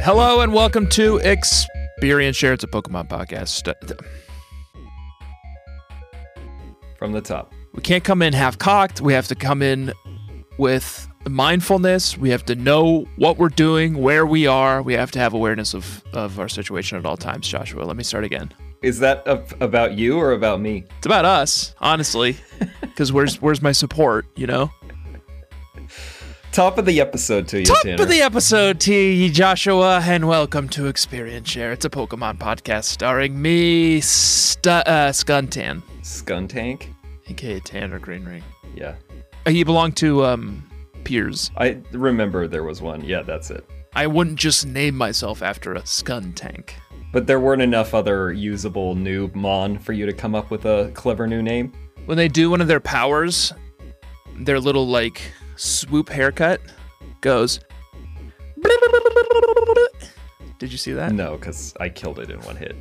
Hello and welcome to Experience Share. It's a Pokemon podcast. St- from the top. We can't come in half cocked. We have to come in with mindfulness. We have to know what we're doing, where we are. We have to have awareness of, of our situation at all times, Joshua. Let me start again. Is that a- about you or about me? It's about us, honestly, because where's where's my support, you know? Top of the episode to you, Top Tanner. of the e- episode, T. Joshua, and welcome to Experience Share. It's a Pokemon podcast starring me, Stu uh, Skuntan, Scun tank. aka Tanner Greenring. Yeah, Uh, He belonged to um, Piers. I remember there was one. Yeah, that's it. I wouldn't just name myself after a scun tank. But there weren't enough other usable new mon for you to come up with a clever new name. When they do one of their powers, their little like swoop haircut goes. Did you see that? No, because I killed it in one hit.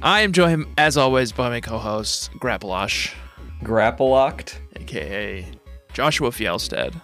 I am joined as always by my co-host Grapplosh, Grappleocked. aka Joshua Fjellstead,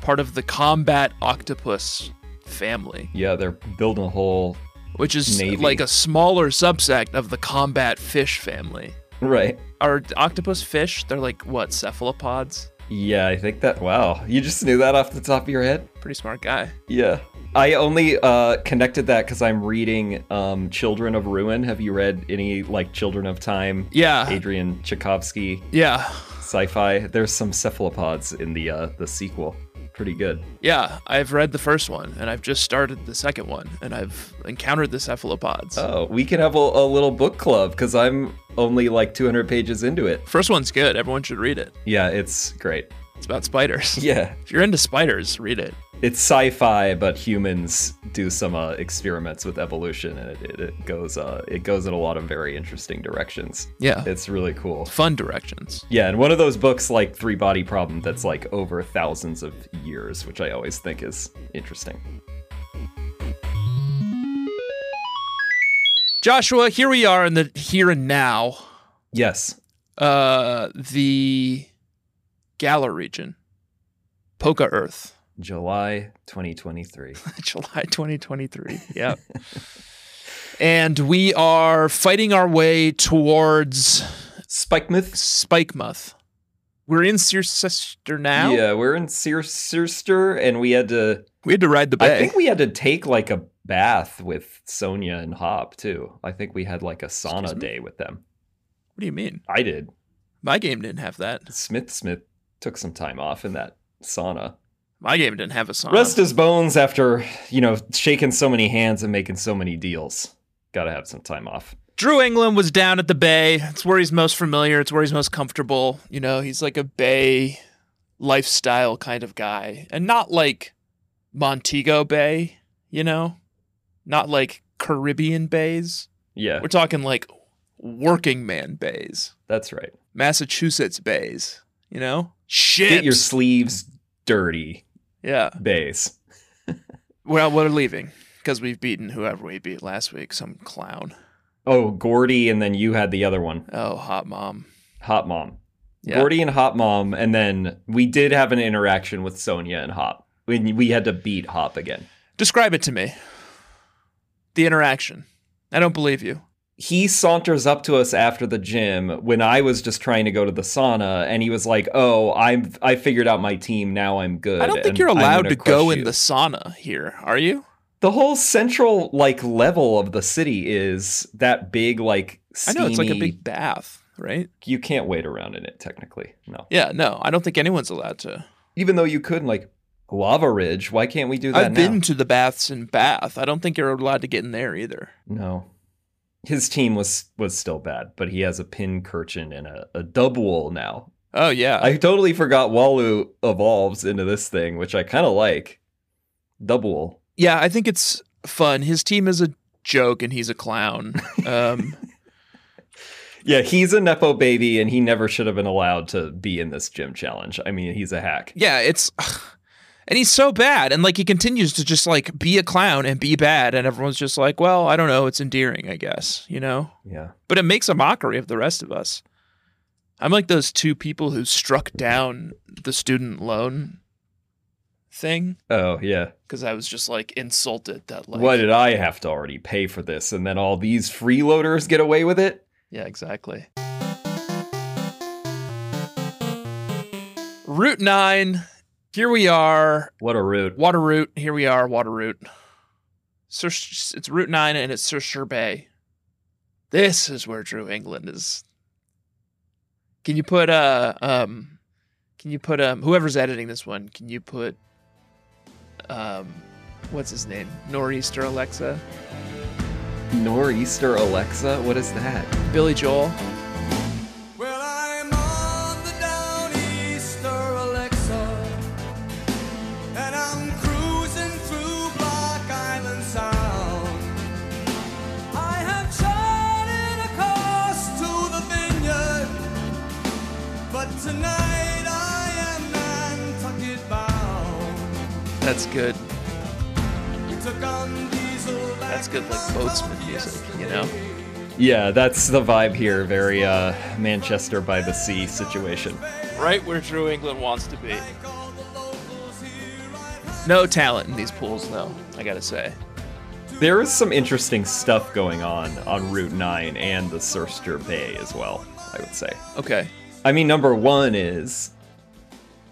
part of the Combat Octopus family, Yeah, they're building a whole. which is Navy. like a smaller subsect of the Combat Fish family. Right. are octopus fish they're like what cephalopods Yeah, I think that. Wow, you just knew that off the top of your head. pretty smart guy Yeah. I only uh, connected that because I'm reading um, Children of Ruin. Have you read any, like, Children of Time? yeah Adrian Tchaikovsky yeah sci fi. There's some cephalopods in the, uh, the sequel. Pretty good. yeah i've read the first one and i've just started the second one and i've encountered the cephalopods Oh, we can have a, a little book club because I'm only like 200 pages into it. first one's good everyone should read it Yeah, it's great. it's about spiders Yeah. if you're into spiders read it It's sci fi, but humans do some uh, experiments with evolution and it, it, it goes uh, it goes in a lot of very interesting directions. yeah It's really cool. fun directions Yeah, and one of those books like Three Body Problem that's like over thousands of years, which I always think is interesting. joshua here we are in the here and now Yes. uh the galar region poca earth July 2023. July 2023. Yeah. and we are fighting our way towards Spikemuth. Spikemuth. We're in Searsister now. Yeah, we're in Sear- Searster and we had to We had to ride the I bay. think we had to take like a bath with Sonia and Hop too. I think we had like a Excuse sauna me? day with them. what do you mean? I did. My game didn't have that. Smith Smith took some time off in that sauna. My game didn't have a song. Rest his bones after, you know, shaking so many hands and making so many deals. Got to have some time off. Drew England was down at the bay. It's where he's most familiar. It's where he's most comfortable. You know, he's like a bay lifestyle kind of guy. And not like Montego Bay, you know? Not like Caribbean bays. Yeah. We're talking like working man bays, That's right. Massachusetts bays, you know? Ships. Get your sleeves dirty, yeah. base. Well, we're leaving because we've beaten whoever we beat last week, some clown. Oh, Gordy, and then you had the other one, Oh, hot mom. Hot Mom. Yeah. Gordy and Hot Mom, and then we did have an interaction with Sonia and Hop. We, we had to beat Hop again. Describe it to me. The interaction. I don't believe you. he saunters up to us after the gym when I was just trying to go to the sauna, and he was like, "Oh, I'm I figured out my team. Now I'm good." I don't think and you're I'm allowed gonna to go crush in you." the sauna here, are you? The whole central like level of the city is that big like. Steamy, I know it's like a big bath, right? You can't wait around in it technically. No, Yeah, no, I don't think anyone's allowed to. even though you could in, like Lava Ridge. Why can't we do that I've now? been to the baths in Bath. I don't think you're allowed to get in there either. No. His team was was still bad, but he has a pin curchin and a, a dub wool now. Oh, yeah. I totally forgot Walu evolves into this thing, which I kind of like. Double. yeah, I think it's fun. His team is a joke and he's a clown. Um, Yeah, he's a Nepo baby and he never should have been allowed to be in this gym challenge. I mean, he's a hack. yeah, it's. And he's so bad. And like he continues to just like be a clown and be bad. And everyone's just like, well, I don't know. It's endearing, I guess, you know? Yeah. But it makes a mockery of the rest of us. I'm like those two people who struck down the student loan thing Oh yeah. because I was just like insulted that like Why did I have to already pay for this, and then all these freeloaders get away with it? Yeah, exactly. Route 9. Here we are. What a rude. Water Route. Here we are, Water Route. Sir, it's Route 9 and it's Sir Sher Bay. This is where Drew England is. Can you put uh um can you put um whoever's editing this one, can you put um what's his name? Nor'easter Alexa? Nor'easter Alexa. What is that? Billy Joel? Well, I'm on the down Easter Alexa, and I'm cruising through Block Island Sound. I have charted a course to the vineyard, but tonight I am Nantucket bound. That's good. We took on diesel back That's good like in the boatsman music, you know? Yeah, that's the vibe here. Very uh, Manchester by the Sea situation. Right where Drew England wants to be. Like all the locals here, I've had No talent in these pools, though, I gotta say. There is some interesting stuff going on on Route 9 and the Surster Bay as well, I would say. Okay. I mean, number one is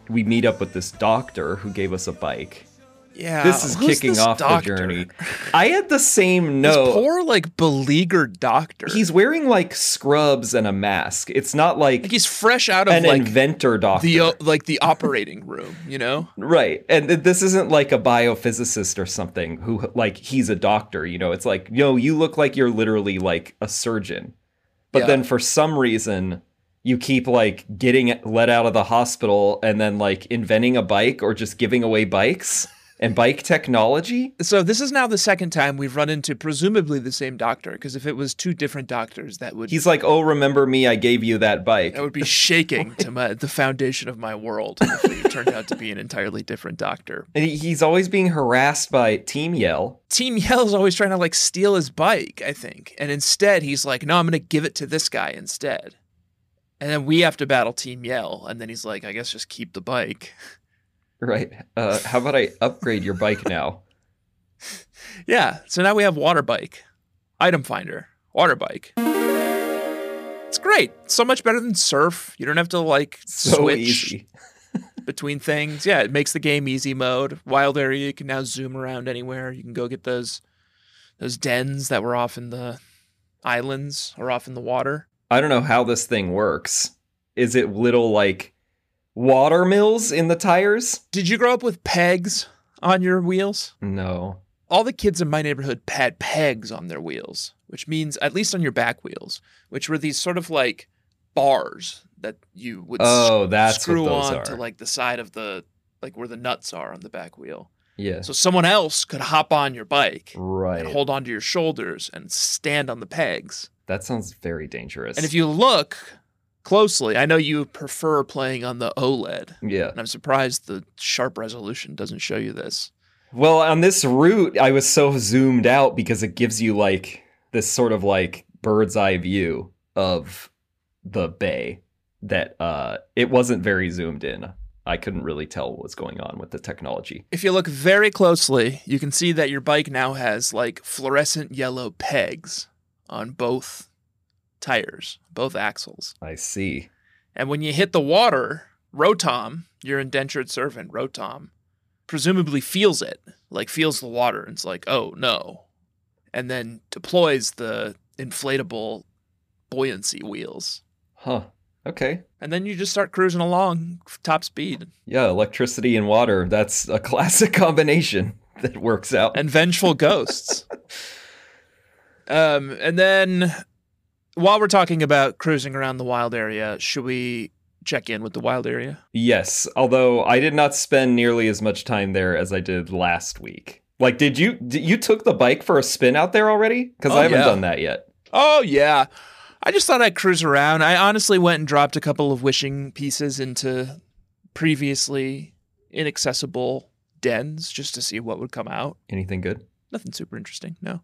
we meet up with this doctor who gave us a bike. Yeah. This is kicking off the journey. I had the same This note. poor, like, beleaguered doctor. He's wearing like scrubs and a mask. It's not like like, he's fresh out of, an like, inventor doctor. the, uh, like, the operating room, you know? Right. And th- this isn't like a biophysicist or something who like he's a doctor, you know. It's like, yo, you look like you're literally like a surgeon. But Yeah. then for some reason you keep like getting let out of the hospital and then like inventing a bike or just giving away bikes and bike technology. So, this is now the second time we've run into presumably the same doctor, because if it was two different doctors, that would. He's like, "Oh, remember me? I gave you that bike." that would be shaking to my, the foundation of my world. Hopefully, it turned out to be an entirely different doctor. And he- he's always being harassed by Team Yell. Team Yell's always trying to like steal his bike, I think. And instead he's like, No, I'm gonna give it to this guy instead. And then we have to battle Team Yell, and then he's like, I guess just keep the bike. Right. Uh, how about I upgrade your bike now? Yeah, so now we have water bike. Item finder. Water bike. It's great. So much better than surf. You don't have to like So switch easy. between things. Yeah, it makes the game easy mode. Wild area, you can now zoom around anywhere. You can go get those those dens that were off in the islands or off in the water. I don't know how this thing works. Is it little like water mills in the tires? Did you grow up with pegs on your wheels? No. All the kids in my neighborhood had pegs on their wheels, which means at least on your back wheels, which were these sort of like bars that you would s- Oh, that's screw what those on are. to like the side of the like where the nuts are on the back wheel. yeah. So someone else could hop on your bike right. and hold onto your shoulders and stand on the pegs. that sounds very dangerous. And if you look closely, I know you prefer playing on the OLED. yeah. And I'm surprised the sharp resolution doesn't show you this. Well, on this route, I was so zoomed out because it gives you like this sort of like bird's eye view of the bay that uh it wasn't very zoomed in. I couldn't really tell what was going on with the technology. If you look very closely, you can see that your bike now has like fluorescent yellow pegs on both tires, both axles. I see. And when you hit the water, Rotom, your indentured servant, Rotom, presumably feels it, like feels the water and it's like, oh no. And then deploys the inflatable buoyancy wheels. Huh. Okay. And then you just start cruising along top speed. Yeah, electricity and water. That's a classic combination that works out. and vengeful ghosts. um, and then while we're talking about cruising around the wild area, should we check in with the wild area? yes, although I did not spend nearly as much time there as I did last week. Like, did you did, you took the bike for a spin out there already? Because Oh, I haven't yeah. done that yet. Oh yeah. I just thought I'd cruise around. I honestly went and dropped a couple of wishing pieces into previously inaccessible dens just to see what would come out. Anything good? Nothing super interesting, no.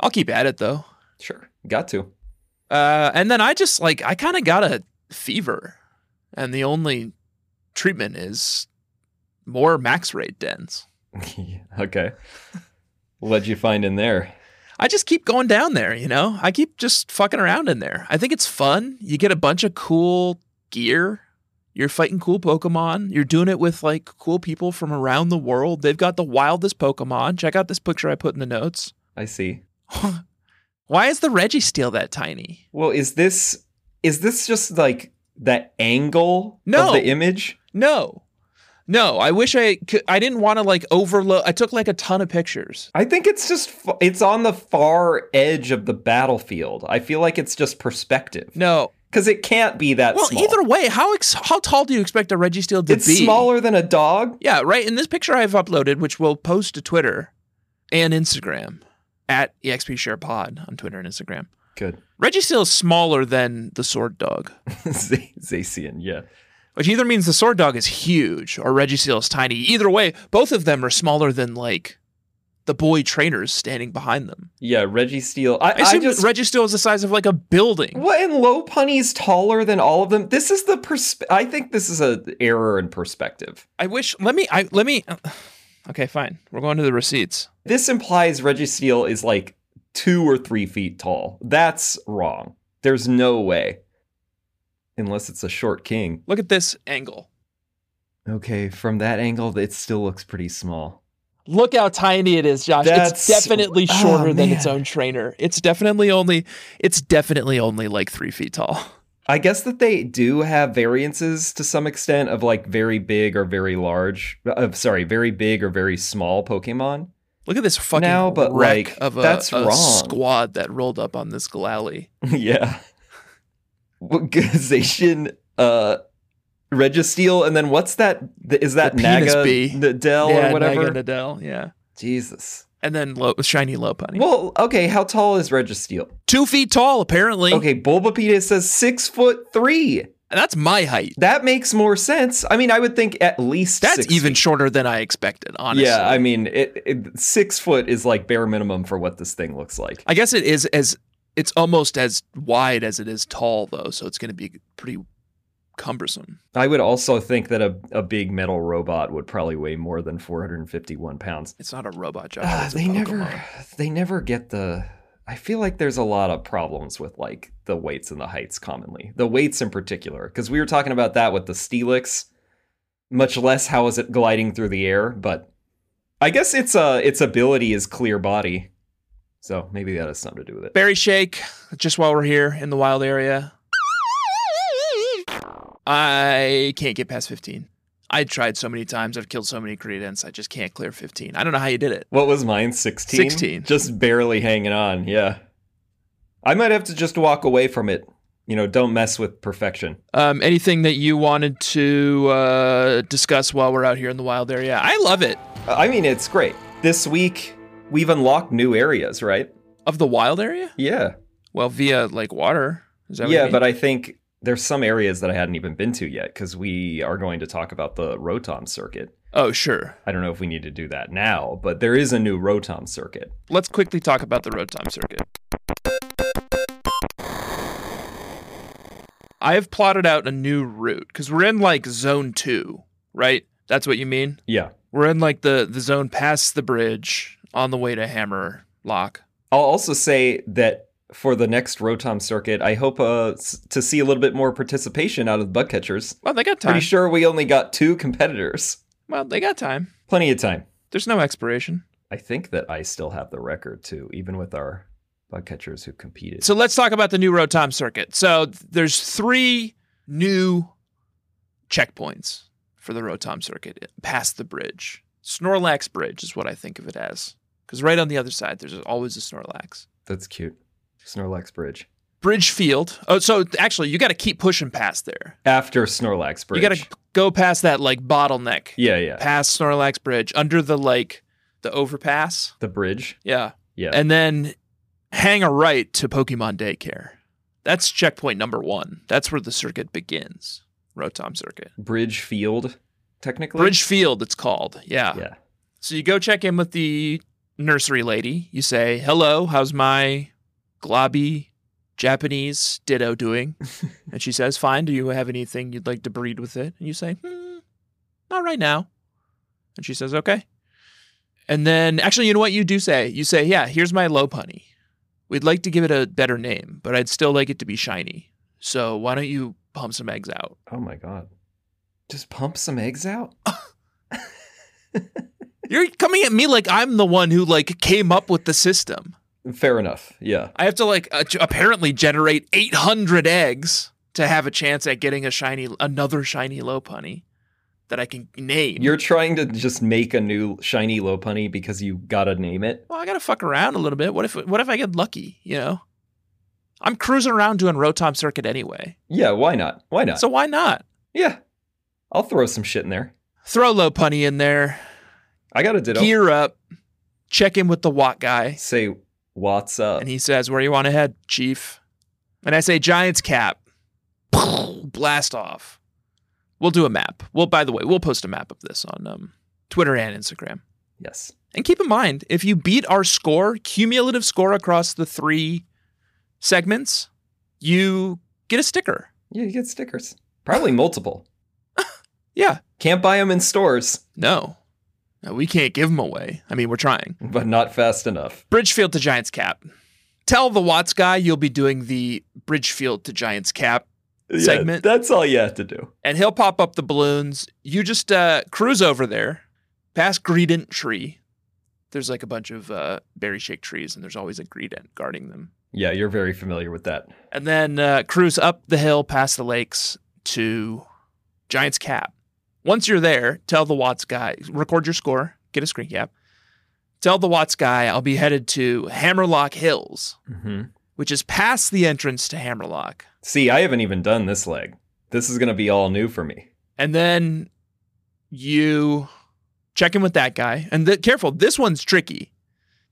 I'll keep at it though. Sure, got to. Uh, and then I just like I kind of got a fever, and the only treatment is more max raid dens. okay. What'd you find in there? I just keep going down there, you know? I keep just fucking around in there. I think it's fun. You get a bunch of cool gear. You're fighting cool Pokemon. You're doing it with like cool people from around the world. They've got the wildest Pokemon. Check out this picture I put in the notes. I see. Why is the Reggie Registeel that tiny? Well, is this is this just like that angle No. of the image? No. No, I wish I could. I didn't want to like overload. I took like a ton of pictures. I think it's just f- it's on the far edge of the battlefield. I feel like it's just perspective No. because it can't be that Well, small. either way, how ex- how tall do you expect a Reggie Registeel to it's be? smaller than a dog. Yeah, right. In this picture I've uploaded, which we'll post to Twitter and Instagram at E expsharepod on Twitter and Instagram. Good, Registeel is smaller than the sword dog, Z- Zacian. Yeah, which either means the sword dog is huge or Registeel is tiny. Either way, both of them are smaller than like the boy trainers standing behind them. yeah. Reggie Steele. I I, I assume just Registeel is the size of like a building. What and low punny's taller than all of them. This is the persp. I think this is a error in perspective. I wish. Let me. I let me. Okay, fine. We're going to the receipts. This implies Reggie Steele is like two or three feet tall. That's wrong. There's no way, unless it's a short king. Look at this angle. Okay, from that angle, it still looks pretty small. Look how tiny it is, Josh. That's- it's definitely oh, shorter than its man. own trainer. It's definitely only it's definitely only like three feet tall. I guess that they do have variances to some extent of like very big or very large. Uh, sorry, very big or very small Pokemon. Look at this fucking No, but, wreck like, of a, that's a wrong. squad that rolled up on this Galali. yeah. Organization, uh, Registeel, and then what's that? th- Is that The penis Naga bee. Nadell yeah, or whatever? Mega Nadell, yeah. Jesus. And then low, shiny low punny. Well, okay. How tall is Registeel? Two feet tall, apparently. Okay, Bulbapedia says six foot three. That's my height. That makes more sense. I mean, I would think at least That's six even shorter than I expected, honestly. Yeah, I mean, it, it, six foot is like bare minimum for what this thing looks like. I guess it is as it's almost as wide as it is tall though, so it's going to be pretty cumbersome. I would also think that a, a big metal robot would probably weigh more than 451 pounds. It's not a robot job. Ah, it's a they Pokemon. never, they never get the. I feel like there's a lot of problems with like the weights and the heights commonly. The weights in particular, because we were talking about that with the Steelix. Much less how is it gliding through the air, but I guess its uh its ability is clear body, so maybe that has something to do with it. Berry shake. Just while we're here in the wild area, I can't get past fifteen. I tried so many times. I've killed so many credence. I just can't clear fifteen. I don't know how you did it. What was mine? 16? 16. Just barely hanging on, yeah. I might have to just walk away from it. You know, don't mess with perfection. Um, anything that you wanted to uh, discuss while we're out here in the wild area? I love it. I mean, it's great. This week, we've unlocked new areas, right? Of the wild area? Yeah. Well, via like water. Is that what you Yeah, mean? but I think there's some areas that I hadn't even been to yet because we are going to talk about the Rotom circuit. oh sure. I don't know if we need to do that now, but there is a new Rotom circuit. Let's quickly talk about the Rotom circuit. I have plotted out a new route because we're in like zone two, right? That's what you mean? Yeah. We're in like the, the zone past the bridge on the way to Hammer Lock. I'll also say that for the next Rotom circuit, I hope uh, s- to see a little bit more participation out of the bug catchers. Well, they got time. Pretty sure we only got two competitors. well, they got time. Plenty of time. There's no expiration. I think that I still have the record too, even with our bug catchers who competed. So let's talk about the new Rotom circuit. So th- there's three new checkpoints for the Rotom circuit past the bridge. Snorlax Bridge is what I think of it as. Because right on the other side, there's always a Snorlax. That's cute. Snorlax Bridge. Bridge Field. Oh, so actually, you got to keep pushing past there. After Snorlax Bridge. You got to go past that like bottleneck, Yeah, yeah. past Snorlax Bridge, under the like the overpass. the bridge. Yeah. Yeah. and then hang a right to Pokemon Daycare. That's checkpoint number one. That's where the circuit begins. Rotom Circuit. bridge Field, technically. Bridge Field, it's called. Yeah. Yeah. So you go check in with the nursery lady. You say, Hello, how's my globby Japanese ditto doing? and she says, Fine. Do you have anything you'd like to breed with it? And you say, Hmm, not right now. And she says, okay. And then, actually, you know what you do say? You say, yeah, here's my low punny. We'd like to give it a better name, but I'd still like it to be shiny. So why don't you pump some eggs out? Oh my god. Just pump some eggs out? You're coming at me like I'm the one who like came up with the system. Fair enough. Yeah. I have to like uh, apparently generate 800 eggs to have a chance at getting a shiny another shiny low punny that I can name. You're trying to just make a new shiny Lopunny because you gotta name it. well, I gotta fuck around a little bit. What if what if I get lucky? You know, I'm cruising around doing Rotom Circuit anyway, Yeah, why not? Why not? so why not yeah. I'll throw some shit in there. throw low punny in there, I got a ditto. gear up, check in with the Watt guy, Say what's up. and he says, "Where you want to head, Chief?" And I say, "Giants cap, blast off." We'll do a map. Well, by the way, we'll post a map of this on um, Twitter and Instagram. yes. And keep in mind, if you beat our score, cumulative score across the three segments, you get a sticker. Yeah, you get stickers. Probably multiple. Yeah. Can't buy them in stores, No. No, we can't give them away. I mean, we're trying. but not fast enough. Bridgefield to Giants cap. Tell the Watts guy you'll be doing the Bridgefield to Giants cap, Yeah, Segment. That's all you have to do. and he'll pop up the balloons. You just uh, cruise over there, past Greedent Tree. There's like a bunch of uh, berry shake trees, and there's always a Greedent guarding them. Yeah, you're very familiar with that. and then uh, cruise up the hill past the lakes to Giants Cap. Once you're there, tell the Watts guy, record your score, get a screen cap. Tell the Watts guy I'll be headed to Hammerlock Hills, Mm-hmm. which is past the entrance to Hammerlock. See, I haven't even done this leg. This is going to be all new for me. And then you check in with that guy. And th- careful, this one's tricky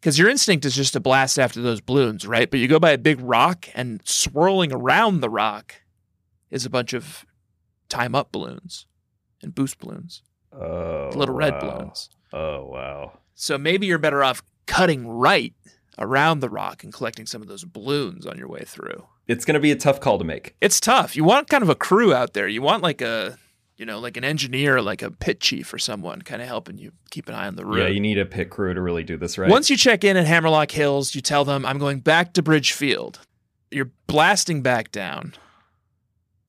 because your instinct is just to blast after those balloons, right? But you go by a big rock, and swirling around the rock is a bunch of time up balloons and boost balloons, Oh. little red wow. balloons. Oh, wow. So maybe you're better off cutting right around the rock and collecting some of those balloons on your way through. It's going to be a tough call to make. It's tough. You want kind of a crew out there. You want like a, you know, like an engineer, like a pit chief or someone kind of helping you keep an eye on the road. Yeah, you need a pit crew to really do this right. Once you check in at Hammerlock Hills, you tell them, I'm going back to Bridgefield. You're blasting back down,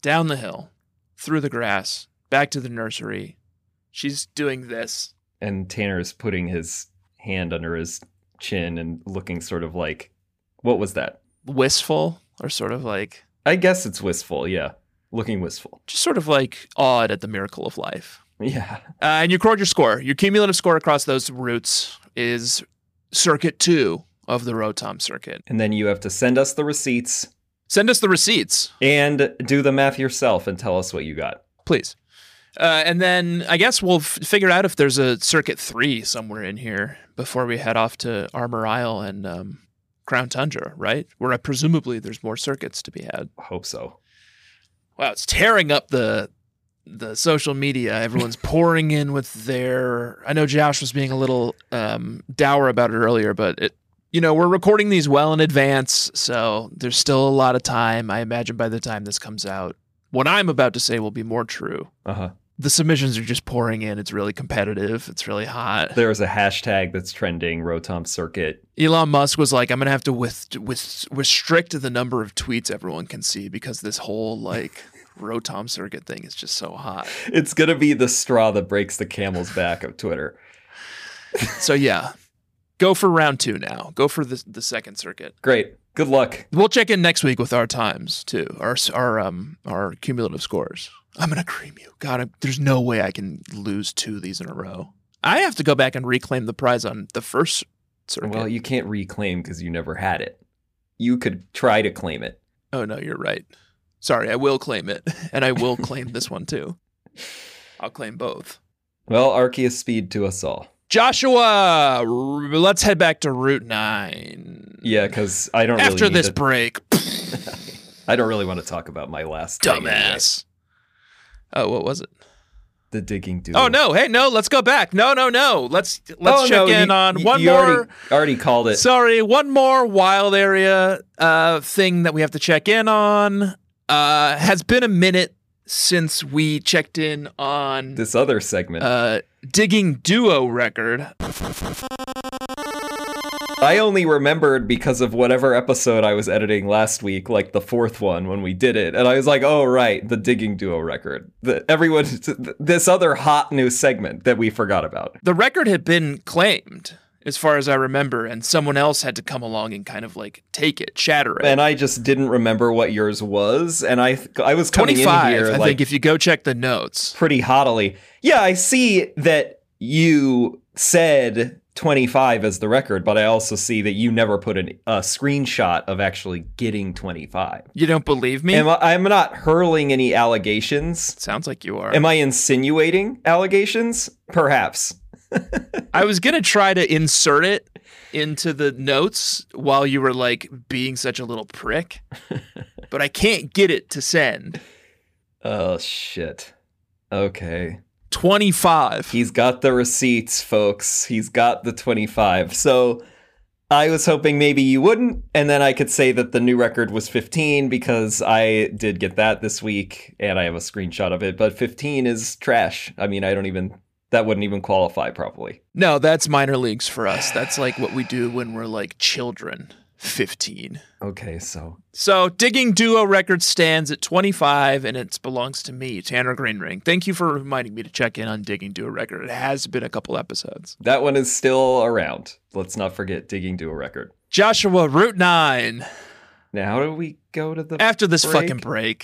down the hill, through the grass, back to the nursery. She's doing this. and Tanner is putting his hand under his chin and looking sort of like, what was that? Wistful or sort of like, I guess it's wistful. Yeah. Looking wistful. just sort of like awed at the miracle of life. Yeah. Uh, and you record your score. Your cumulative score across those routes is circuit two of the Rotom circuit. And then you have to send us the receipts Send us the receipts. and do the math yourself and tell us what you got. please. Uh, and then I guess we'll f- figure out if there's a Circuit 3 somewhere in here before we head off to Armor Isle and um, Crown Tundra, right? Where uh, presumably there's more circuits to be had. Hope so. Wow, it's tearing up the the social media. Everyone's pouring in with their. I know Josh was being a little um, dour about it earlier, but it. You know, we're recording these well in advance, so there's still a lot of time. I imagine by the time this comes out, what I'm about to say will be more true Uh huh. the submissions are just pouring in. It's really competitive. It's really hot. There is a hashtag that's trending Rotom Circuit. Elon Musk was like, "I'm gonna have to with with restrict the number of tweets everyone can see because this whole like Rotom circuit thing is just so hot." It's going to be the straw that breaks the camel's back of Twitter. So yeah, go for round two now. Go for the the second circuit. Great. Good luck. We'll check in next week with our times too, our s- our um our cumulative scores. I'm gonna cream you. God, I'm, there's no way I can lose two of these in a row. I have to go back and reclaim the prize on the first circuit. Well, you can't reclaim because you never had it. You could try to claim it. Oh no, you're right. Sorry, I will claim it, and I will claim this one too. I'll claim both. Well, Arceus speed to us all. Joshua, r- let's head back to Route Nine Yeah, because I don't after really need this to- break. I don't really want to talk about my last thing anyway. Dumbass. Oh, what was it? the digging dude. Oh no! Hey, no! Let's go back. No, no, no! Let's let's check in Oh, on one more. Already, already called it. Sorry, one more wild area uh, thing that we have to check in on. Uh, has been a minute since we checked in on this other segment. uh, digging duo record. I only remembered because of whatever episode I was editing last week, like the fourth one when we did it, and I was like, "Oh right, the digging duo record. The, everyone, this other hot new segment that we forgot about." The record had been claimed, as far as I remember, and someone else had to come along and kind of like take it, shatter it. And I just didn't remember what yours was, and I I was coming Twenty in five, here I like think, if you go check the notes. pretty haughtily. Yeah, I see that you said 25 as the record, but I also see that you never put an, a screenshot of actually getting 25. You don't believe me? Am I, I'm not hurling any allegations. Sounds like you are. Am I insinuating allegations? Perhaps. I was gonna try to insert it into the notes while you were like being such a little prick, but I can't get it to send. Oh, shit. Okay. Twenty five. He's got the receipts, folks. He's got the 25. So I was hoping maybe you wouldn't, and then I could say that the new record was 15 because I did get that this week and I have a screenshot of it, but 15 is trash. I mean, I don't even that wouldn't even qualify probably. No, that's minor leagues for us. That's like what we do when we're like children, 15. Okay, so So, Digging Duo record stands at 25 and it belongs to me, Tanner Greenring. Thank you for reminding me to check in on Digging Duo record. It has been a couple episodes. that one is still around. Let's not forget digging to a record. Joshua Route 9 Now, how do we go to the after this Break. fucking break.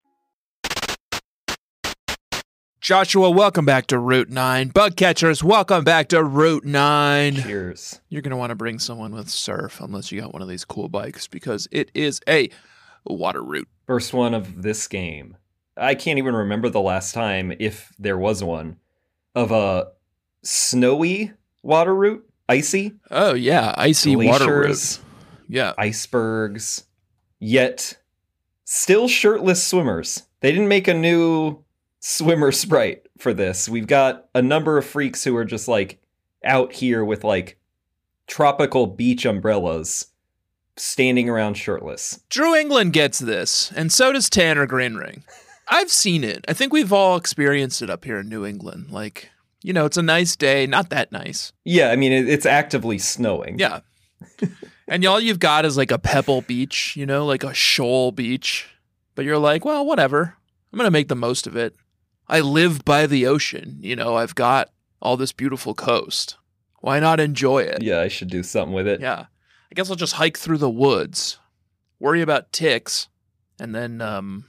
Joshua, welcome back to Route 9. Bug catchers, welcome back to Route 9. Cheers. You're going to want to bring someone with surf unless you got one of these cool bikes because it is a water route. First one of this game. I can't even remember the last time, if there was one, of a snowy water route, icy Oh yeah, icy water route. glaciers, Yeah. icebergs, yet still shirtless swimmers. They didn't make a new swimmer sprite for this. We've got a number of freaks who are just like out here with like tropical beach umbrellas, standing around shirtless. Drew England gets this, and so does Tanner Greenring. I've seen it. I think we've all experienced it up here in New England. Like, you know, it's a nice day, not that nice. Yeah, I mean it, it's actively snowing. Yeah. and all you've got is like a pebble beach, you know, like a shoal beach. But you're like, well, whatever. I'm going to make the most of it. I live by the ocean. You know, I've got all this beautiful coast. Why not enjoy it? Yeah, I should do something with it. Yeah. I guess I'll just hike through the woods, worry about ticks, and then um,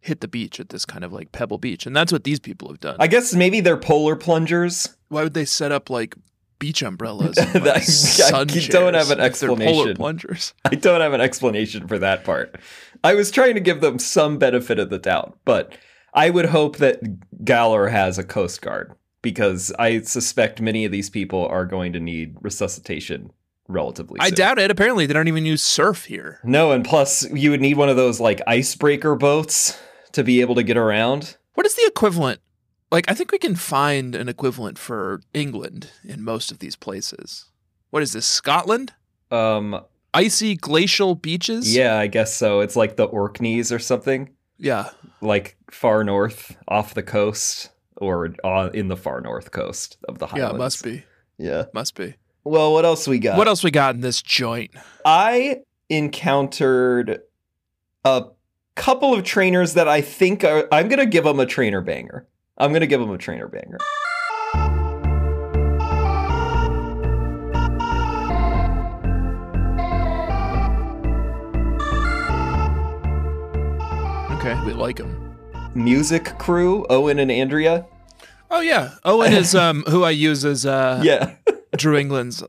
hit the beach at this kind of like pebble beach. And that's what these people have done. I guess maybe they're polar plungers. Why would they set up like beach umbrellas? And, That- I like, sun don't have chairs if they're an polar explanation. plungers. I don't have an explanation for that part. I was trying to give them some benefit of the doubt, but I would hope that Galler has a coast guard because I suspect many of these people are going to need resuscitation relatively I soon. doubt it. Apparently, they don't even use surf here. No, and plus you would need one of those like icebreaker boats to be able to get around. What is the equivalent? Like, I think we can find an equivalent for England in most of these places. What is this, Scotland? Um Icy glacial beaches? yeah, I guess so. It's like the Orkneys or something. Yeah. like far north off the coast or on, in the far north coast of the Yeah, Highlands. it must be. Yeah. Must be. Well, what else we got? What else we got in this joint? I encountered a couple of trainers that I think are. I'm gonna give them a trainer banger. I'm gonna give them a trainer banger. Okay, we like him. Music crew, Owen and Andrea. Oh yeah, Owen is um who I use as uh Yeah. Drew England's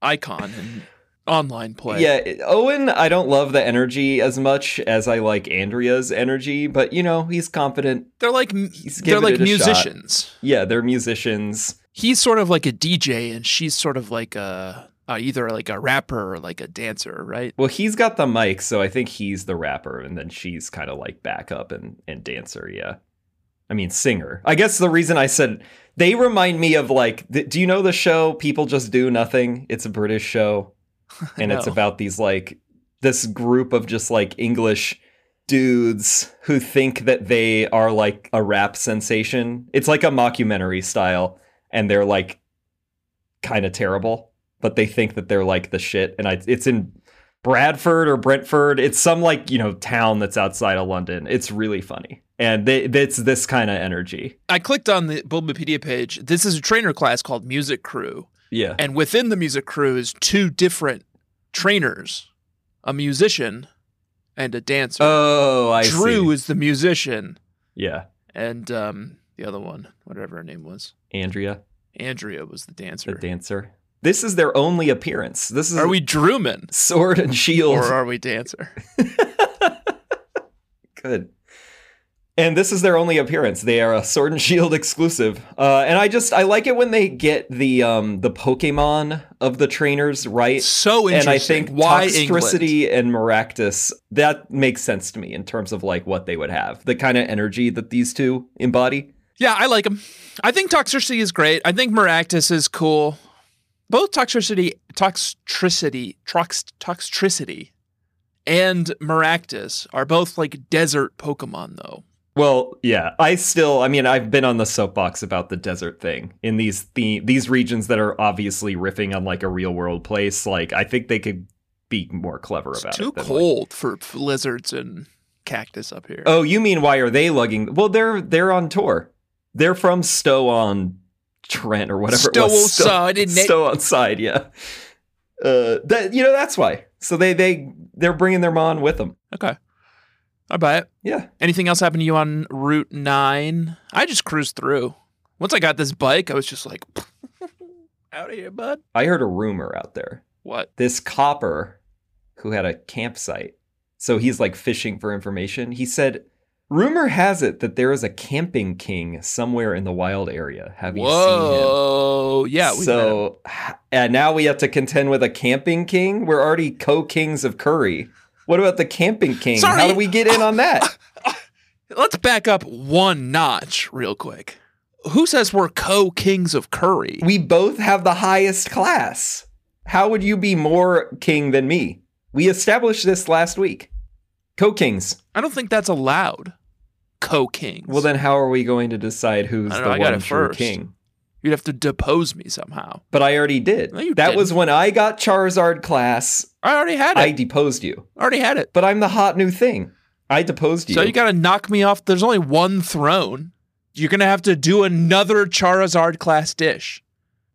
icon in online play. Yeah, it- Owen, I don't love the energy as much as I like Andrea's energy, but you know, he's confident. they're like m- He's they're giving like it a shot. musicians. Yeah, they're musicians. He's sort of like a DJ, and she's sort of like a uh, either like a rapper or like a dancer, right? Well, he's got the mic, so I think he's the rapper, and then she's kind of like backup and, and dancer, yeah. I mean, singer. I guess the reason I said they remind me of like, th- do you know the show People Just Do Nothing? It's a British show, and it's No. about these like, this group of just like English dudes who think that they are like a rap sensation. It's like a mockumentary style, and they're like kind of terrible, but they think that they're like the shit. And I, it's in Bradford or Brentford. It's some like you know town that's outside of London. It's really funny, and they, it's this kind of energy. I clicked on the Bulbapedia page. This is a trainer class called Music Crew, Yeah, and within the Music Crew is two different trainers, a musician and a dancer. Oh, I Drew see. is the musician, Yeah, and um, the other one, whatever her name was, Andrea, Andrea was the dancer. the dancer. This is their only appearance. This is are we Drewman sword and shield. or are we dancer? Good. And this is their only appearance. They are a Sword and Shield exclusive. Uh, and I just I like it when they get the um the Pokemon of the trainers right. So interesting. and I think why England? Toxtricity and Maractus that makes sense to me in terms of like what they would have, the kind of energy that these two embody. Yeah, I like him. I think Toxicity is great. I think Maractus is cool. Both Toxicity, Toxtricity, Trox, Toxtricity, and Maractus are both like desert Pokemon, though. Well, yeah, I still I mean I've been on the soapbox about the desert thing in these the, these regions that are obviously riffing on like a real world place. Like I think they could be more clever It's about it. too than, like, cold for f- lizards and cactus up here. Oh, you mean why are they lugging? Well, they're they're on tour. They're from Stow on Trent or whatever. it was. Stow on Side, isn't it? Stow on Side, yeah. Uh, that you know that's why. So they they they're bringing their mon with them. Okay, I buy it. Yeah, Anything else happen to you on Route Nine? I just cruised through. Once I got this bike, I was just like, out of here, bud. I heard a rumor out there. What? This copper who had a campsite, so he's like fishing for information. He said, "Rumor has it that there is a camping king somewhere in the wild area. Have you seen him?" Whoa! Yeah. We met him. so and now we have to contend with a camping king. We're already co-kings of curry. What about the camping king? How Sorry. do we get in on that? Let's back up one notch real quick. Who says we're co kings of curry? we both have the highest class. How would you be more king than me? We established this last week. Co-kings. I don't think that's allowed. Co kings. Well, then how are we going to decide who's I the don't know, I one got true it first. king? you'd have to depose me somehow. But I already did. No, you that didn't. was when I got Charizard class. I already had it. I deposed you. already had it. But I'm the hot new thing. I deposed you. So you got to knock me off. There's only one throne. You're going to have to do another Charizard class dish.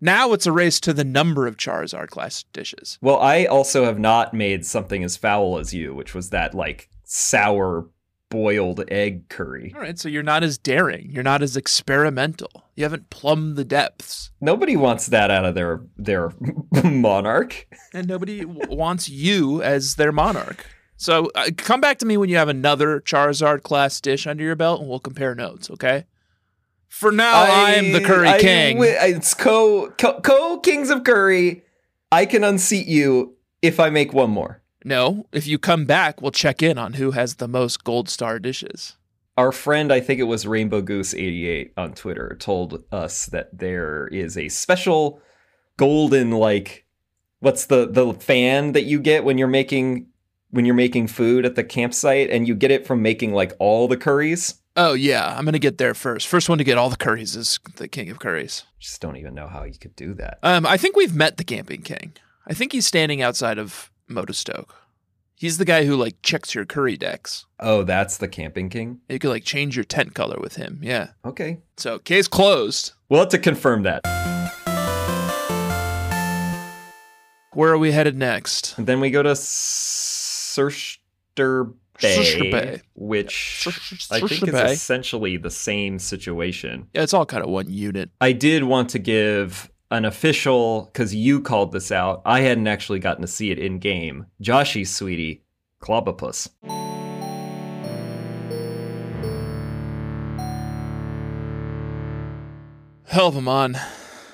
Now it's a race to the number of Charizard class dishes. Well, I also have not made something as foul as you, which was that like sour boiled egg curry. All right, so you're not as daring. You're not as experimental. You haven't plumbed the depths. Nobody wants that out of their their monarch. and nobody w- wants you as their monarch. So uh, come back to me when you have another Charizard class dish under your belt, and we'll compare notes. Okay. For now, I, am the Curry I- King. wi- It's co, co co kings of curry. I can unseat you if I make one more. no, if you come back, we'll check in on who has the most gold star dishes. Our friend, I think it was Rainbow Goose eighty eight on Twitter, told us that there is a special golden like what's the the fan that you get when you're making when you're making food at the campsite and you get it from making like all the curries Oh yeah, I'm gonna get there first. First one to get all the curries is the king of curries. just don't even know how you could do that Um, I think we've met the camping king. I think he's standing outside of Modestoke. He's the guy who like checks your curry decks. Oh, that's the camping king. You could like change your tent color with him. Yeah. Okay, So case closed. we'll have to confirm that. Where are we headed next? And then we go to Surster Bay, Surster Bay. which Surster- I think Surster is Bay. essentially the same situation. Yeah, it's all kind of one unit. I did want to give an official because you called this out. I hadn't actually gotten to see it in game. Joshy's sweetie, Clobopus. Hell of a mon.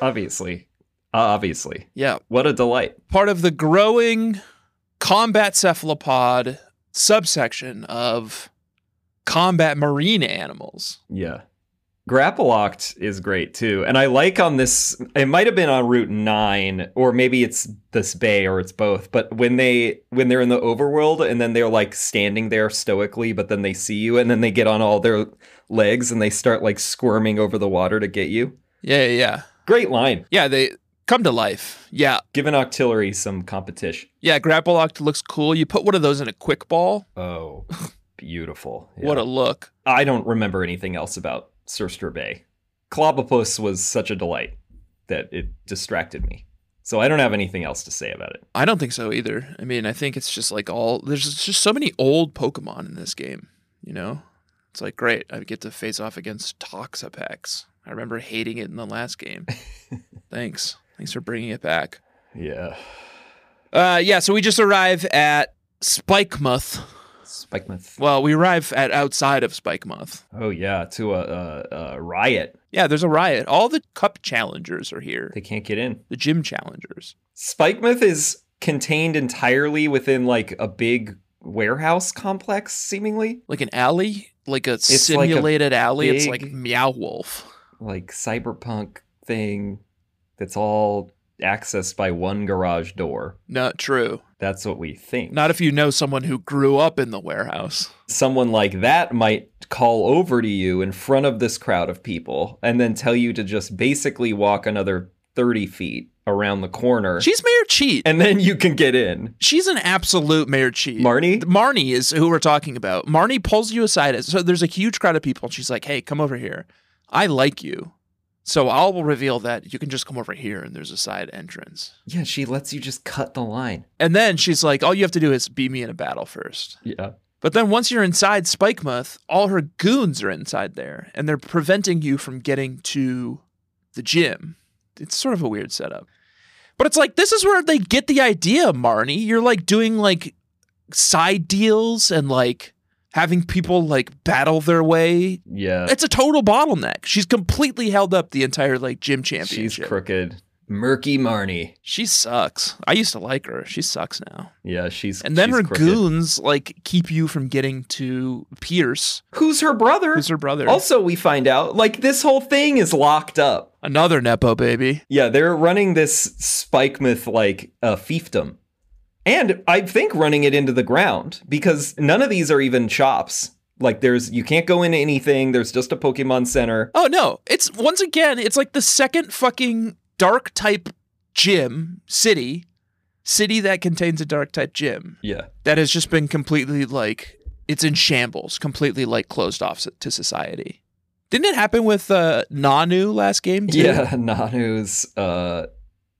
Obviously, Uh, obviously, Yeah. what a delight. Part of the growing combat cephalopod subsection of combat marine animals. Yeah. Grappalocked is great too. And I like on this, it might have been on Route 9, or maybe it's this bay or it's both, but when they when they're in the overworld and then they're like standing there stoically, but then they see you and then they get on all their legs and they start like squirming over the water to get you. Yeah, yeah, yeah. Great line. Yeah, they come to life. Yeah. Giving Octillery some competition. Yeah, grapple locked looks cool. You put one of those in a quick ball. Oh, beautiful. What a look. I don't remember anything else about Surster Bay. Clobopus was such a delight that it distracted me. So I don't have anything else to say about it. I don't think so either. I mean, I think it's just like all there's just so many old Pokemon in this game, you know? It's like great, I get to face off against Toxapex. I remember hating it in the last game. Thanks. Thanks for bringing it back. Yeah. Uh yeah, so we just arrive at Spikemuth. Spikemuth. Well, we arrive at outside of Spikemuth. Oh yeah, to a, a, a riot. Yeah, there's a riot. All the cup challengers are here. They can't get in. The gym challengers. Spikemuth is contained entirely within like a big warehouse complex, seemingly Like an alley, like a like a simulated alley. It's like big- Meow Wolf. like cyberpunk thing that's all accessed by one garage door. Not true. That's what we think. Not if you know someone who grew up in the warehouse. someone like that might call over to you in front of this crowd of people and then tell you to just basically walk another 30 feet around the corner She's Mayor Cheat. and then you can get in. She's an absolute Mayor Cheat. Marnie? Marnie is who we're talking about. Marnie pulls you aside. So there's a huge crowd of people. And she's like, hey, come over here. I like you. So I'll reveal that you can just come over here and there's a side entrance. Yeah, she lets you just cut the line. And then she's like, all you have to do is beat me in a battle first. Yeah. But then once you're inside Spikemuth, all her goons are inside there and they're preventing you from getting to the gym. It's sort of a weird setup. But it's like this is where they get the idea, Marnie. You're like doing like side deals and like having people like battle their way. Yeah. It's a total bottleneck. She's completely held up the entire like gym She's championship. crooked. Murky Marnie. she sucks. I used to like her. She sucks now. Yeah, she's And then she's her crooked. goons like keep you from getting to Pierce, Who's her brother? who's her brother. Also, we find out like this whole thing is locked up. Another Nepo baby. Yeah, they're running this spike myth like uh, fiefdom. And I think running it into the ground because none of these are even shops. Like there's you can't go into anything. There's just a Pokemon Center. Oh no. It's once again, it's like the second fucking dark type gym city. City that contains a dark type gym Yeah. that has just been completely like it's in shambles, completely like closed off s- to society. Didn't it happen with uh, Nanu last game? Too? Yeah, Nanu's uh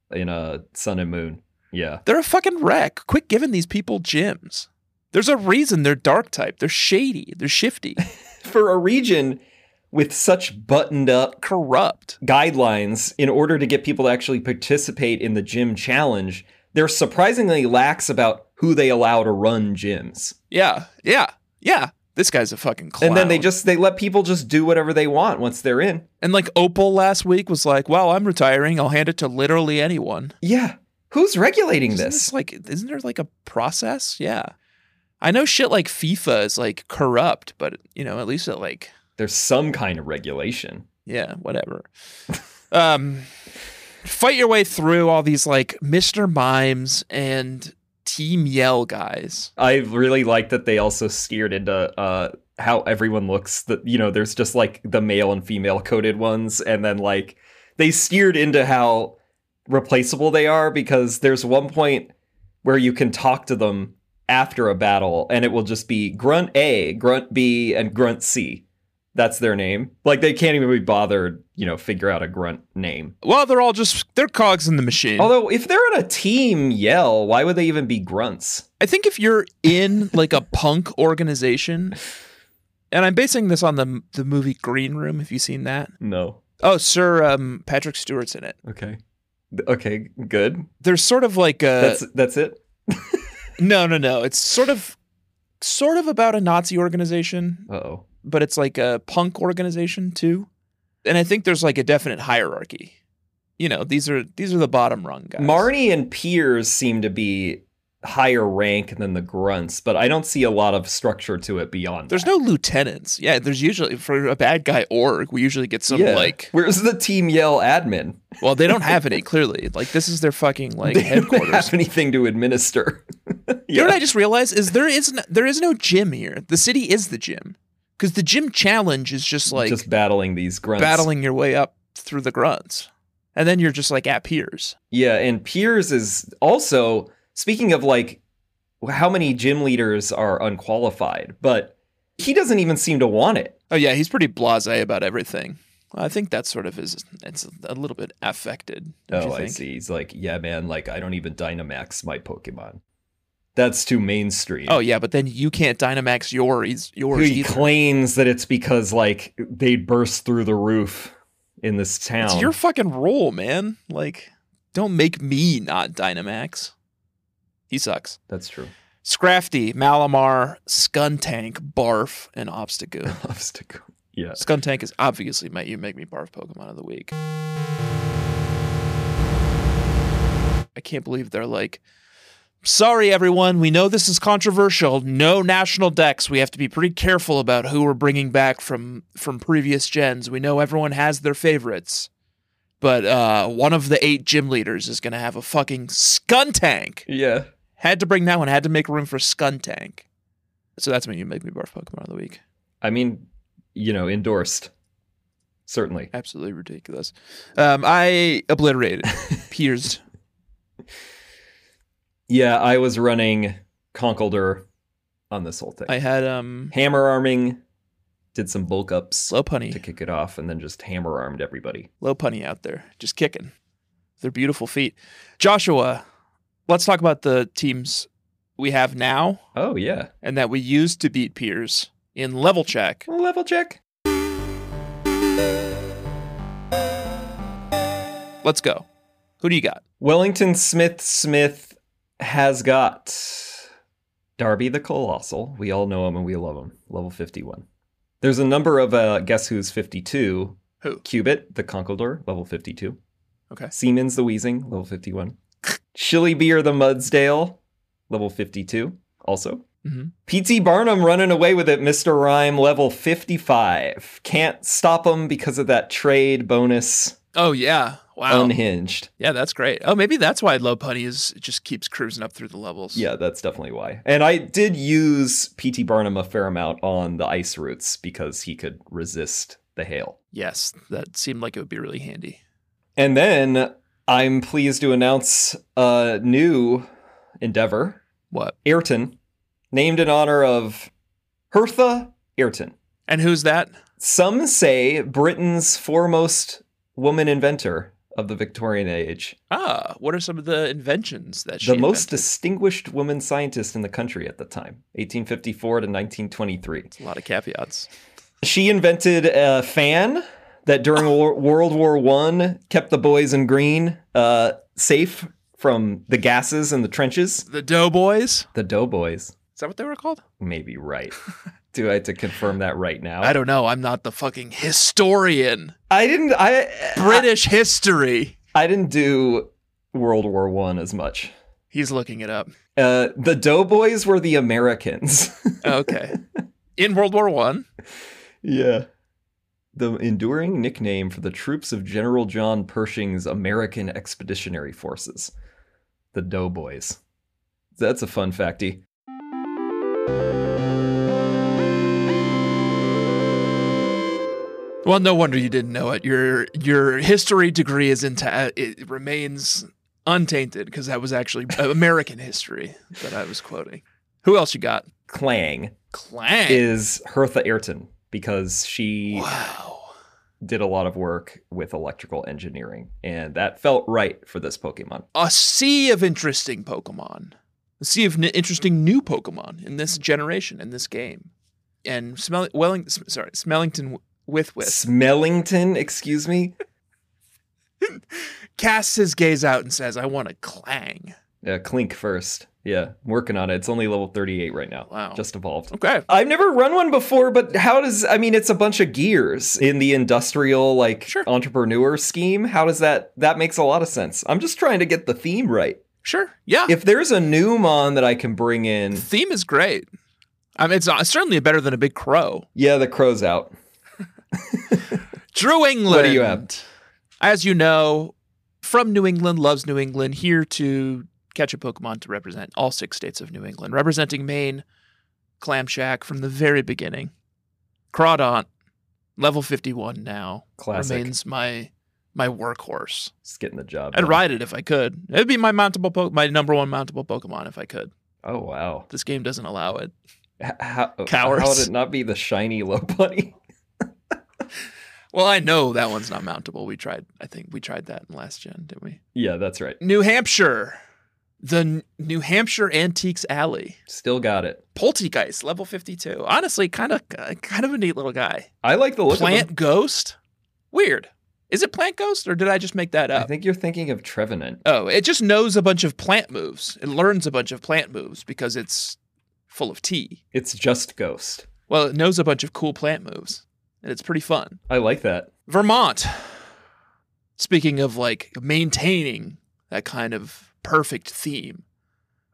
in uh, Sun and Moon. Yeah. They're a fucking wreck. Quit giving these people gyms. There's a reason they're dark type. They're shady. They're shifty. For a region with such buttoned up corrupt. guidelines in order to get people to actually participate in the gym challenge, they're surprisingly lax about who they allow to run gyms. Yeah, yeah, yeah. This guy's a fucking clown. And then they just they let people just do whatever they want once they're in. and like Opal last week was like, "Well, I'm retiring. I'll hand it to literally anyone." Yeah. Who's regulating Isn't this? like, isn't there like a process? Yeah, I know shit like FIFA is like corrupt, but you know, at least it like, There's some kind of regulation. yeah, whatever. um, fight your way through all these like Mr. Mimes and Team Yell guys. I really like that they also steered into uh how everyone looks that you know there's just like the male and female coded ones and then like they steered into how replaceable they are because there's one point where you can talk to them after a battle, and it will just be Grunt A, Grunt B, and Grunt C. That's their name. Like they can't even be bothered, you know, figure out a grunt name. Well, they're all just they're cogs in the machine. Although if they're on a team yell, why would they even be grunts? I think if you're in like a punk organization, and I'm basing this on the the movie Green Room. Have you seen that? No. Oh, Sir um, Patrick Stewart's in it. Okay. Okay, good. There's sort of like a That's that's it. no, no, no. It's sort of sort of about a Nazi organization, Uh-oh. but it's like a punk organization too. And I think there's like a definite hierarchy. You know, these are these are the bottom rung guys. Marnie and Piers seem to be higher rank than the grunts, but I don't see a lot of structure to it beyond There's that. no lieutenants. Yeah, there's usually for a bad guy org, we usually get some yeah. like Where's the team yell admin? well, they don't have any clearly. Like this is their fucking like They don't headquarters. have anything to administer. You know what I just realized is there is no, there is no gym here. The city is the gym because the gym challenge is just like just battling these grunts. battling your way up through the grunts, and then you're just like at peers. Yeah, and Piers is also speaking of like how many gym leaders are unqualified, but he doesn't even seem to want it. Oh yeah, he's pretty blasé about everything. I think that's sort of his. It's a little bit affected. don't you oh, I think? see. He's like, yeah, man, like I don't even Dynamax my Pokemon. That's too mainstream. Oh yeah, but then you can't Dynamax your yours he either. claims that it's because like they burst through the roof in this town. It's your fucking role, man. Like, don't make me not Dynamax. He sucks. That's true. Scrafty, Malamar, Skuntank, Barf, and Obstagoon. Obstacle. Yeah. Skuntank is obviously my You Make Me Barf Pokemon of the Week. I can't believe they're like, sorry, everyone. We know this is controversial. No national decks. We have to be pretty careful about who we're bringing back from from previous gens. We know everyone has their favorites. But uh, one of the eight gym leaders is going to have a fucking Skuntank. Yeah. Had to bring that one. Had to make room for Skuntank. So that's my You Make Me Barf Pokemon of the Week. I mean, you know, endorsed. Certainly. absolutely ridiculous. Um, I obliterated Piers. Yeah, I was running Conkeldurr on this whole thing. I had um hammer arming, did some bulk ups low to punny, kick it off, and then just hammer armed everybody. low punny out there, just kicking. They're beautiful feet. Joshua, let's talk about the teams we have now Oh yeah, and that we used to beat Piers in level check. level check. Let's go. Who do you got? Wellington Smith Smith has got Darby the Colossal. We all know him and we love him. Level fifty one. There's a number of uh, guess who's fifty two. Who? Cubit the Conkeldurr, level fifty two. Okay. Siemens the Wheezing, level 51. Chili Beer the Mudsdale, level 52, also. Mhm. PT Barnum running away with it, Mr. Rhyme, level 55. Can't stop him because of that trade bonus, Oh yeah. Wow. unhinged. yeah, that's great. Oh, maybe that's why low punny is it just keeps cruising up through the levels. Yeah, that's definitely why. And I did use PT Barnum a fair amount on the ice routes because he could resist the hail. Yes, that seemed like it would be really handy. And then I'm pleased to announce a new endeavor What? Ayrton, named in honor of Hertha Ayrton. And who's that? Some say Britain's foremost woman inventor of the Victorian age, Ah, what are some of the inventions that she the most invented? distinguished woman scientist in the country at the time, 1854 to 1923. a lot of caveats. She invented a fan that Ah. during Wor- World War One kept the boys in green uh, safe from the gases in the trenches. The Doughboys. The doughboys Is that what they were called? may be right. Do I have to confirm that right now? I don't know. I'm not the fucking historian. I didn't. I British history. I didn't do World War One as much. He's looking it up. Uh, the Doughboys were the Americans. Okay. In World War One. yeah. The enduring nickname for the troops of General John Pershing's American Expeditionary Forces, the Doughboys. That's a fun facty. Well, no wonder you didn't know it. Your your history degree is into it remains untainted because that was actually American history that I was quoting. Who else you got? Clang Clang. is Hertha Ayrton because she wow. did a lot of work with electrical engineering, and that felt right for this Pokemon. A sea of interesting Pokemon. A sea of n- interesting new Pokemon in this generation, in this game. And Smell- Welling- S- sorry, Smellington with with Smellington, excuse me. casts his gaze out and says, I want a clang. Yeah, Clink first. Yeah, I'm working on it. It's only level 38 right now. Wow. Just evolved. Okay. I've never run one before, but how does I mean it's a bunch of gears in the industrial like Sure. entrepreneur scheme. How does that that makes a lot of sense? I'm just trying to get the theme right. Sure. Yeah. If there's a new mon that I can bring in, theme is great. I mean, it's uh, certainly better than a big crow. yeah, the crow's out. Drew England. What do you have? As you know, from New England, loves New England, here to catch a Pokemon to represent all six states of New England, representing Maine, Clamshack from the very beginning. Crawdont, level 51 now, Classic. remains my my workhorse. Just getting the job. I'd done. ride it if I could. It'd be my mountable po- my number one mountable Pokemon if I could. Oh wow. This game doesn't allow it. H- How, Cowards. how would it not be the shiny low bunny? Well, I know that one's not mountable. We tried. I think we tried that in last gen, didn't we? yeah, that's right. New Hampshire, the N- New Hampshire Antiques Alley, Still got it. Poltergeist, level fifty-two. Honestly, kind of, kind of a neat little guy. I like the look of plant them. ghost, weird. Is it plant ghost or did I just make that I up? think you're thinking of Trevenant. oh, it just knows a bunch of plant moves. It learns a bunch of plant moves because it's full of tea. It's just Ghost. Well, it knows a bunch of cool plant moves, and it's pretty fun. I like that. Vermont. Speaking of like maintaining that kind of perfect theme,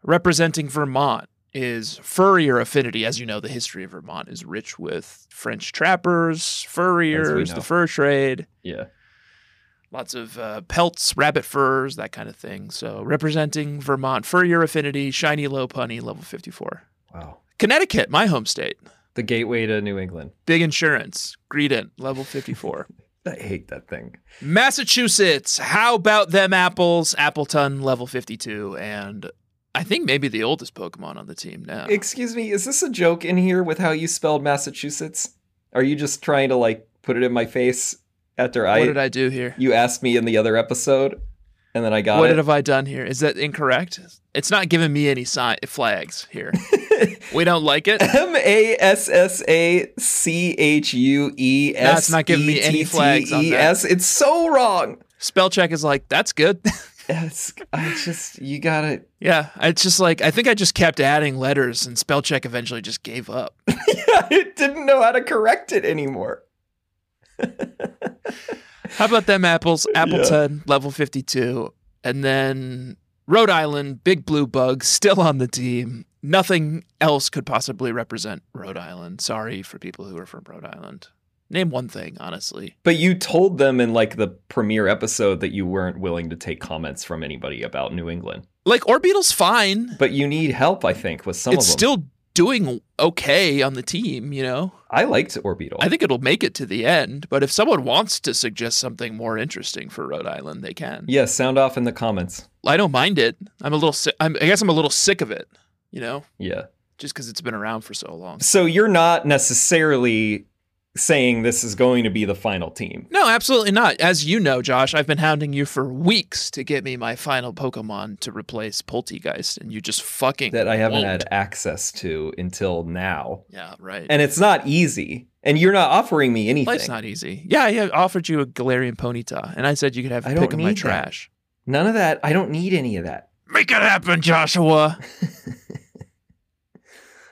representing Vermont is furrier affinity. As you know, the history of Vermont is rich with French trappers, furriers, know. the fur trade, Yeah. lots of uh, pelts, rabbit furs, that kind of thing. So, representing Vermont, furrier affinity, shiny low punny, level 54. Wow. Connecticut, my home state, The gateway to New England. big insurance, greedent, level 54. I hate that thing. Massachusetts, how about them apples? Appleton level 52 and I think maybe the oldest Pokemon on the team now. Excuse me, is this a joke in here with how you spelled Massachusetts? Are you just trying to like put it in my face after what I, did I do here? you asked me in the other episode and then I got What it? have I done here? Is that incorrect? It's not giving me any sign flags here. we don't like it. M A S S A C H U E S. E No, it's not giving me any flags on that. E-T-T-E-S. It's so wrong. Spell check is like that's good. It's, I just, you gotta, yeah, it's just like I think I just kept adding letters and spell check eventually just gave up. I didn't know how to correct it anymore. How about them apples? Appleton, level 52. And then Rhode Island, Big Blue Bug, still on the team. Nothing else could possibly represent Rhode Island. Sorry for people who are from Rhode Island. Name one thing, honestly. But you told them in like the premiere episode that you weren't willing to take comments from anybody about New England. Like, Orbeetle's fine. But you need help, I think, with some it's of them. still doing okay on the team, you know? I liked Orbital. I think it'll make it to the end, but if someone wants to suggest something more interesting for Rhode Island, they can. yeah, sound off in the comments. I don't mind it. I'm a little si- I'm, I guess I'm a little sick of it, you know? Yeah. just because it's been around for so long. So you're not necessarily saying this is going to be the final team. No, absolutely not. As you know, Josh, I've been hounding you for weeks to get me my final Pokemon to replace Poltegeist, and you just fucking That I haven't won't. had access to until now. Yeah, right. And it's not easy. And you're not offering me anything. Life's not easy. Yeah, I had offered you a Galarian Ponyta, and I said you could have I a don't pick of my need that. trash. None of that. I don't need any of that. Make it happen, Joshua.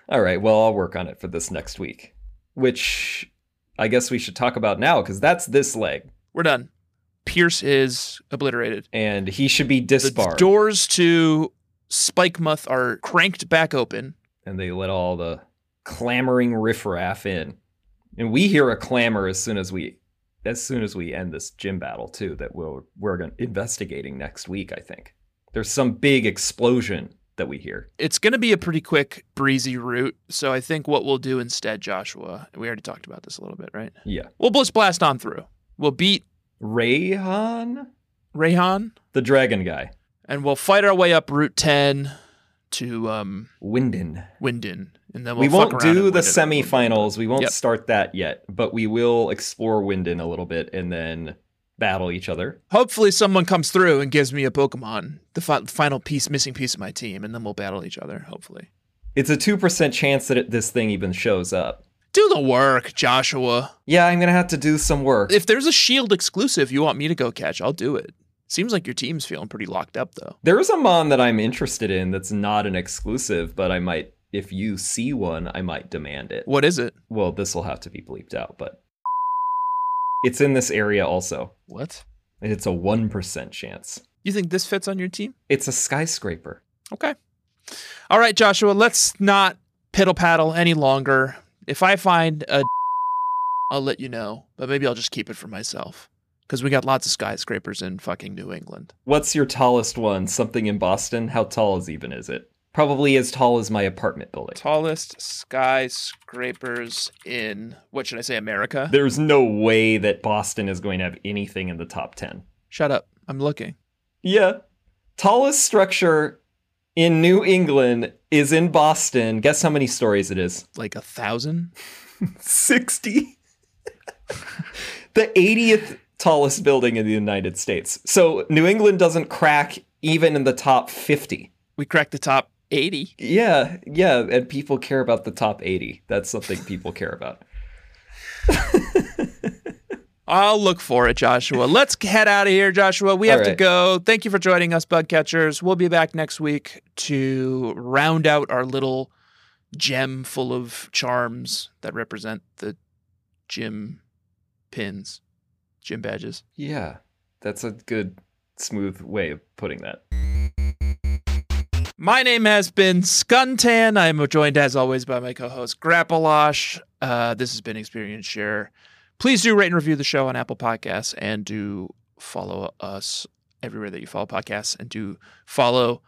All right. Well, I'll work on it for this next week, which I guess we should talk about now because that's this leg. We're done. Pierce is obliterated. And he should be The disbarred. doors to Spikemuth are cranked back open. and they let all the clamoring riffraff in. And we hear a clamor as soon as we as soon as we end this gym battle too that we'll we're going investigating next week, I think. There's some big explosion that we hear. it's going to be a pretty quick, breezy route. So I think what we'll do instead, Joshua, we already talked about this a little bit, right? Yeah. We'll just blast on through. We'll beat Rayhan, Rayhan the dragon guy. and we'll fight our way up Route 10 to um, Winden. Winden, and then we'll we fuck won't around do in the Winden. semifinals. We won't Yep. start that yet, but we will explore Winden a little bit and then battle each other. Hopefully, someone comes through and gives me a Pokemon, the fi- final piece, missing piece of my team, and then we'll battle each other. Hopefully, It's a 2% chance that it, this thing even shows up. do the work, Joshua. Yeah, I'm going to have to do some work. If there's a Shield exclusive you want me to go catch, I'll do it. Seems like your team's feeling pretty locked up though. There's a mon that I'm interested in that's not an exclusive, but I might, if you see one, I might demand it. What is it? Well, this will have to be bleeped out, but it's in this area also. What? And it's a 1% chance. You think this fits on your team? It's a skyscraper. Okay. All right, Joshua, let's not piddle paddle any longer. If I find a I'll let you know, but maybe I'll just keep it for myself because we got lots of skyscrapers in fucking New England. What's your tallest one? Something in Boston? How tall is even is it? Probably as tall as my apartment building. Tallest skyscrapers in what should I say, America? There's no way that Boston is going to have anything in the top 10. Shut up. I'm looking. Yeah. Tallest structure in New England is in Boston. Guess how many stories it is? Like a thousand? 60. the 80th tallest building in the United States. So New England doesn't crack even in the top 50. We cracked the top 80. Yeah, yeah, and people care about the top 80. That's something people care about. I'll look for it, Joshua. Let's head out of here, Joshua. We have All to right. go. Thank you for joining us, bug catchers. We'll be back next week to round out our little gem full of charms that represent the gym pins, gym badges. Yeah, that's a good, smooth way of putting that. My name has been Skuntan. I am joined, as always, by my co-host Grappalosh. Uh, this has been Experience Share. Please do rate and review the show on Apple Podcasts, and do follow us everywhere that you follow podcasts, and do follow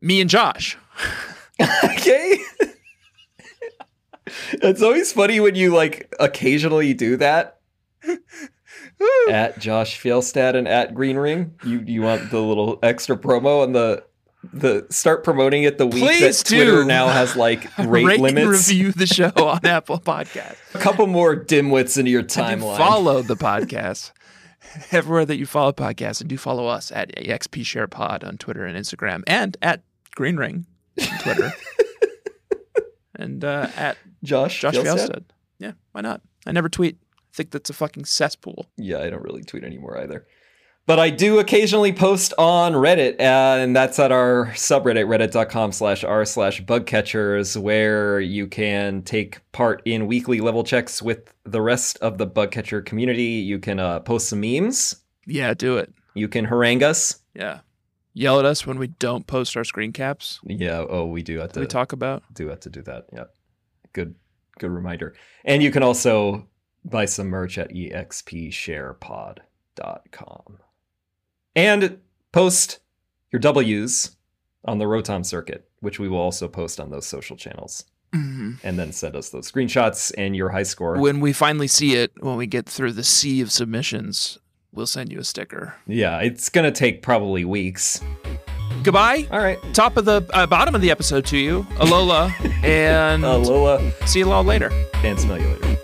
me and Josh. okay. it's always funny when you like occasionally do that. at Josh Fjellstad and at Green Ring, you you want the little extra promo on the the start promoting it the week Please that Twitter do. now has like rate, and limits. review the show on Apple Podcasts. A couple more dimwits into your And do timeline. follow the podcast everywhere that you follow podcasts, and do follow us at AXP Share Pod on Twitter and Instagram, and at Green Ring on Twitter, and uh, at Josh, Josh Fjellstad? Fjellstead. Yeah, why not? I never tweet. I think that's a fucking cesspool. yeah, I don't really tweet anymore either. But I do occasionally post on Reddit, uh, and that's at our subreddit, reddit.com slash r slash bugcatchers, where you can take part in weekly level checks with the rest of the bugcatcher community. You can uh, post some memes. Yeah, do it. You can harangue us. Yeah, yell at us when we don't post our screen caps. Yeah, oh, we do have That to we talk about. do have to do that. Yeah, good, good reminder. And you can also buy some merch at E expsharepod.com and post your W's on the Rotom circuit, which we will also post on those social channels, Mhm. and then send us those screenshots and your high score. When we finally see it, when we get through the sea of submissions, we'll send you a sticker. yeah, it's gonna take probably weeks. Goodbye. All right, top of the uh, bottom of the episode to you, Alola, and uh, Lola, see you all later. and smell you later.